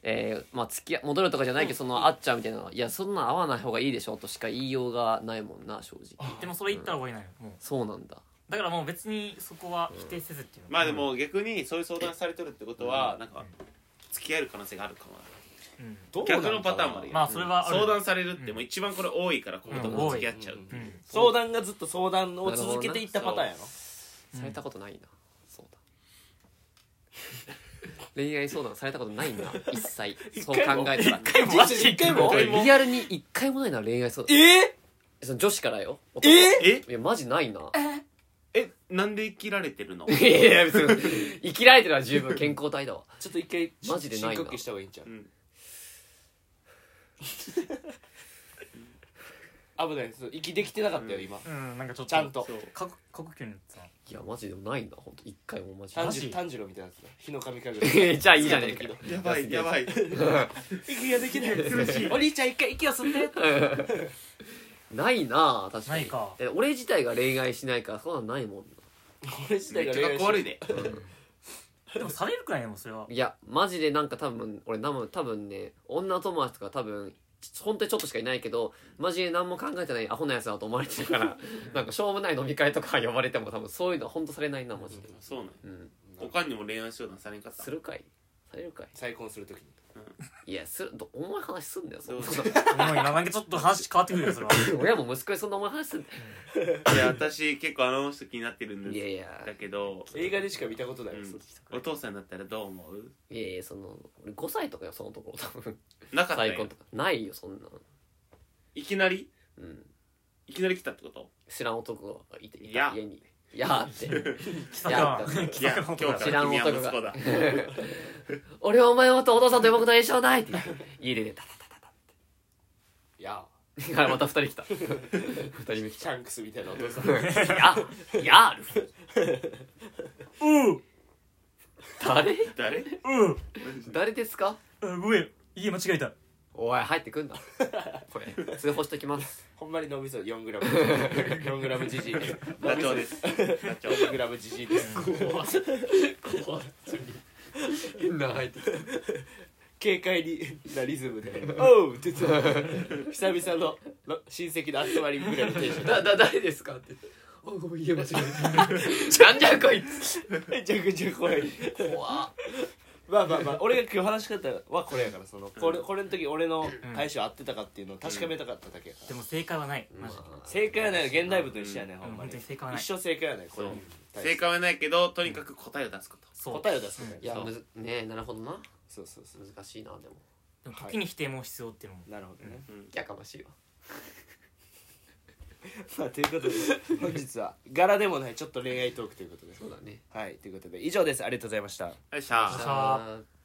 [SPEAKER 4] えーまあ、付き合戻るとかじゃないけどそのあっちゃうみたいなのはいやそんなん合わない方がいいでしょとしか言いようがないもんな正直
[SPEAKER 5] [laughs] でもそれ言ったら終わりないよもう
[SPEAKER 4] そうなんだ
[SPEAKER 5] だからもう別にそこは否定せずっていうの
[SPEAKER 2] まあでも逆にそういう相談されてるってことはなんか付き合える可能性があるかも
[SPEAKER 5] うん
[SPEAKER 1] どうなん
[SPEAKER 2] 逆のパターンもあるよ
[SPEAKER 5] まあそれはある
[SPEAKER 2] 相談されるってもう一番これ多いからこことも付き合っちゃうって
[SPEAKER 5] う
[SPEAKER 2] いうん
[SPEAKER 1] 相談がずっと相談を続けていったパターンやろ
[SPEAKER 5] うん
[SPEAKER 4] されたことないな、そうだ [laughs] 恋愛相談されたことないな
[SPEAKER 1] [laughs]
[SPEAKER 4] 一切そう考えたら
[SPEAKER 1] 一回もマジで一回も
[SPEAKER 4] 俺リアルに一回もないな恋愛相談
[SPEAKER 1] え
[SPEAKER 4] その女子からよ
[SPEAKER 1] え
[SPEAKER 2] え
[SPEAKER 4] いやマジないな
[SPEAKER 2] えなんで生きられてるの
[SPEAKER 4] いやいや別に生きられてるのは十分健康体だわ
[SPEAKER 1] ちょっと一回
[SPEAKER 4] マジでないな
[SPEAKER 1] 深呼吸した方がいいんちゃう
[SPEAKER 2] うん
[SPEAKER 1] [laughs] 危ないそう息できてなかったよ今
[SPEAKER 5] うんなんかちょっと
[SPEAKER 1] ちゃんと
[SPEAKER 5] 過呼過呼吸になってた
[SPEAKER 4] いやマジでないな本当一回もマジで
[SPEAKER 1] 炭
[SPEAKER 5] マ
[SPEAKER 1] 治
[SPEAKER 5] ジ
[SPEAKER 1] 炭治郎みたいなやつだ日の神神
[SPEAKER 4] え [laughs] じゃあいいじゃねえかよ
[SPEAKER 2] [laughs] やばいやばい
[SPEAKER 1] 息ができない
[SPEAKER 5] [laughs]
[SPEAKER 1] お兄ちゃん一回息を吸って
[SPEAKER 4] ないなあ確かに
[SPEAKER 5] ないか
[SPEAKER 4] え俺自体が恋愛しないからそんなんないもんな
[SPEAKER 1] 俺自
[SPEAKER 2] め
[SPEAKER 1] 体
[SPEAKER 2] っ
[SPEAKER 1] が
[SPEAKER 2] ちゃかっこ悪い
[SPEAKER 1] で
[SPEAKER 2] で
[SPEAKER 5] でもされるくらいねもうそれはい
[SPEAKER 4] やマジでなんか多分俺多分多分ね女友達とか多分ち本当にちょっとしかいないけどマジで何も考えてないアホなやつだと思われてるから
[SPEAKER 5] [laughs]
[SPEAKER 4] なんかしょうもない飲み会とか呼ばれても多分そういうのは本当されないなマジで
[SPEAKER 2] そうなんや
[SPEAKER 4] うん
[SPEAKER 2] 他にも恋愛相談されんかった
[SPEAKER 4] するかいされるかい
[SPEAKER 1] 再婚するときに
[SPEAKER 4] いやするど重い話すんだよそんな
[SPEAKER 2] そ
[SPEAKER 4] [laughs]
[SPEAKER 5] もう今なんかちょっと話変わってくるよそれは
[SPEAKER 4] 親も息子にそんな重い話すんだ
[SPEAKER 2] いや私結構あの人気になってるん
[SPEAKER 4] よいや
[SPEAKER 2] で
[SPEAKER 4] い
[SPEAKER 2] す
[SPEAKER 4] や
[SPEAKER 2] だけど、
[SPEAKER 1] 映画でしか見たことない
[SPEAKER 2] うん
[SPEAKER 1] です、
[SPEAKER 2] お父さんだったらどう思う
[SPEAKER 4] いやいやその俺5歳とかよそのところ多分
[SPEAKER 2] なかった
[SPEAKER 4] 再
[SPEAKER 2] よ
[SPEAKER 4] 婚とかないよそんなの
[SPEAKER 2] いきなり
[SPEAKER 4] うん
[SPEAKER 2] いきなり来たってこと
[SPEAKER 4] 知らん男がいて
[SPEAKER 2] いや
[SPEAKER 4] 家に「いや」って
[SPEAKER 5] 貴
[SPEAKER 4] いや
[SPEAKER 5] 様貴 [laughs]
[SPEAKER 2] いや
[SPEAKER 5] 様
[SPEAKER 2] 今
[SPEAKER 5] の
[SPEAKER 2] 日か
[SPEAKER 5] こと
[SPEAKER 2] ら
[SPEAKER 5] だ
[SPEAKER 4] 知らん
[SPEAKER 2] 君は
[SPEAKER 4] 男が
[SPEAKER 2] 息子だ
[SPEAKER 4] 「俺はお前をお父さんと呼ぶことは一生ない」って言って家でねタタタタタ
[SPEAKER 1] いや [laughs]
[SPEAKER 4] いやまた二人来た二人目来
[SPEAKER 1] シャンクスみたいなお [laughs] 父さん
[SPEAKER 4] た「や」「や」ルフ
[SPEAKER 5] うん
[SPEAKER 4] [laughs] 誰
[SPEAKER 2] 誰
[SPEAKER 5] うん
[SPEAKER 4] 誰ですか
[SPEAKER 5] うんごめん家間違えた
[SPEAKER 4] おい入ってくんなこれ通報しときます
[SPEAKER 1] ほんまに脳みそ4グラム4グラムじじいです
[SPEAKER 2] ダチョウですダチョウ
[SPEAKER 1] 4グラムじじい [laughs] です
[SPEAKER 4] 変な入ってきた
[SPEAKER 1] 軽快になリズムで「 [laughs] おう!」って言ってた久々のの親戚の集まりぐらいのテンション
[SPEAKER 4] だだ誰ですかって [laughs] おいごめん家間違えたなんじゃこいつ
[SPEAKER 1] [laughs] めちゃくちゃ怖い
[SPEAKER 4] 怖っ
[SPEAKER 1] まあまあまあ俺が今日話し方はこれやからそのこれこれの時俺の対象合ってたかっていうのを確かめたかっただけやか
[SPEAKER 5] で
[SPEAKER 1] ら
[SPEAKER 5] も正解はないマジで
[SPEAKER 1] 正解はない現代部と一緒やね
[SPEAKER 5] ん
[SPEAKER 1] ほんま
[SPEAKER 5] うん本当
[SPEAKER 1] に
[SPEAKER 5] に正解はない
[SPEAKER 1] 一生正解はないこれに対して
[SPEAKER 2] 正解はないけどとにかく答えを出すこと
[SPEAKER 5] そう
[SPEAKER 1] 答えを出す
[SPEAKER 4] い
[SPEAKER 1] ね
[SPEAKER 4] やむずねえなるほどな
[SPEAKER 1] そうそうそう
[SPEAKER 4] 難しいなでも
[SPEAKER 5] でも時に否定も必要っていうのも
[SPEAKER 1] なるほどね
[SPEAKER 4] やかましいわ
[SPEAKER 1] [laughs] まあということで本日は柄でもないちょっと恋愛トークということで
[SPEAKER 4] そうだね
[SPEAKER 1] はいということで以上ですありがとうございました
[SPEAKER 2] よ
[SPEAKER 5] よっ
[SPEAKER 2] っしゃ
[SPEAKER 5] しゃ
[SPEAKER 4] さあ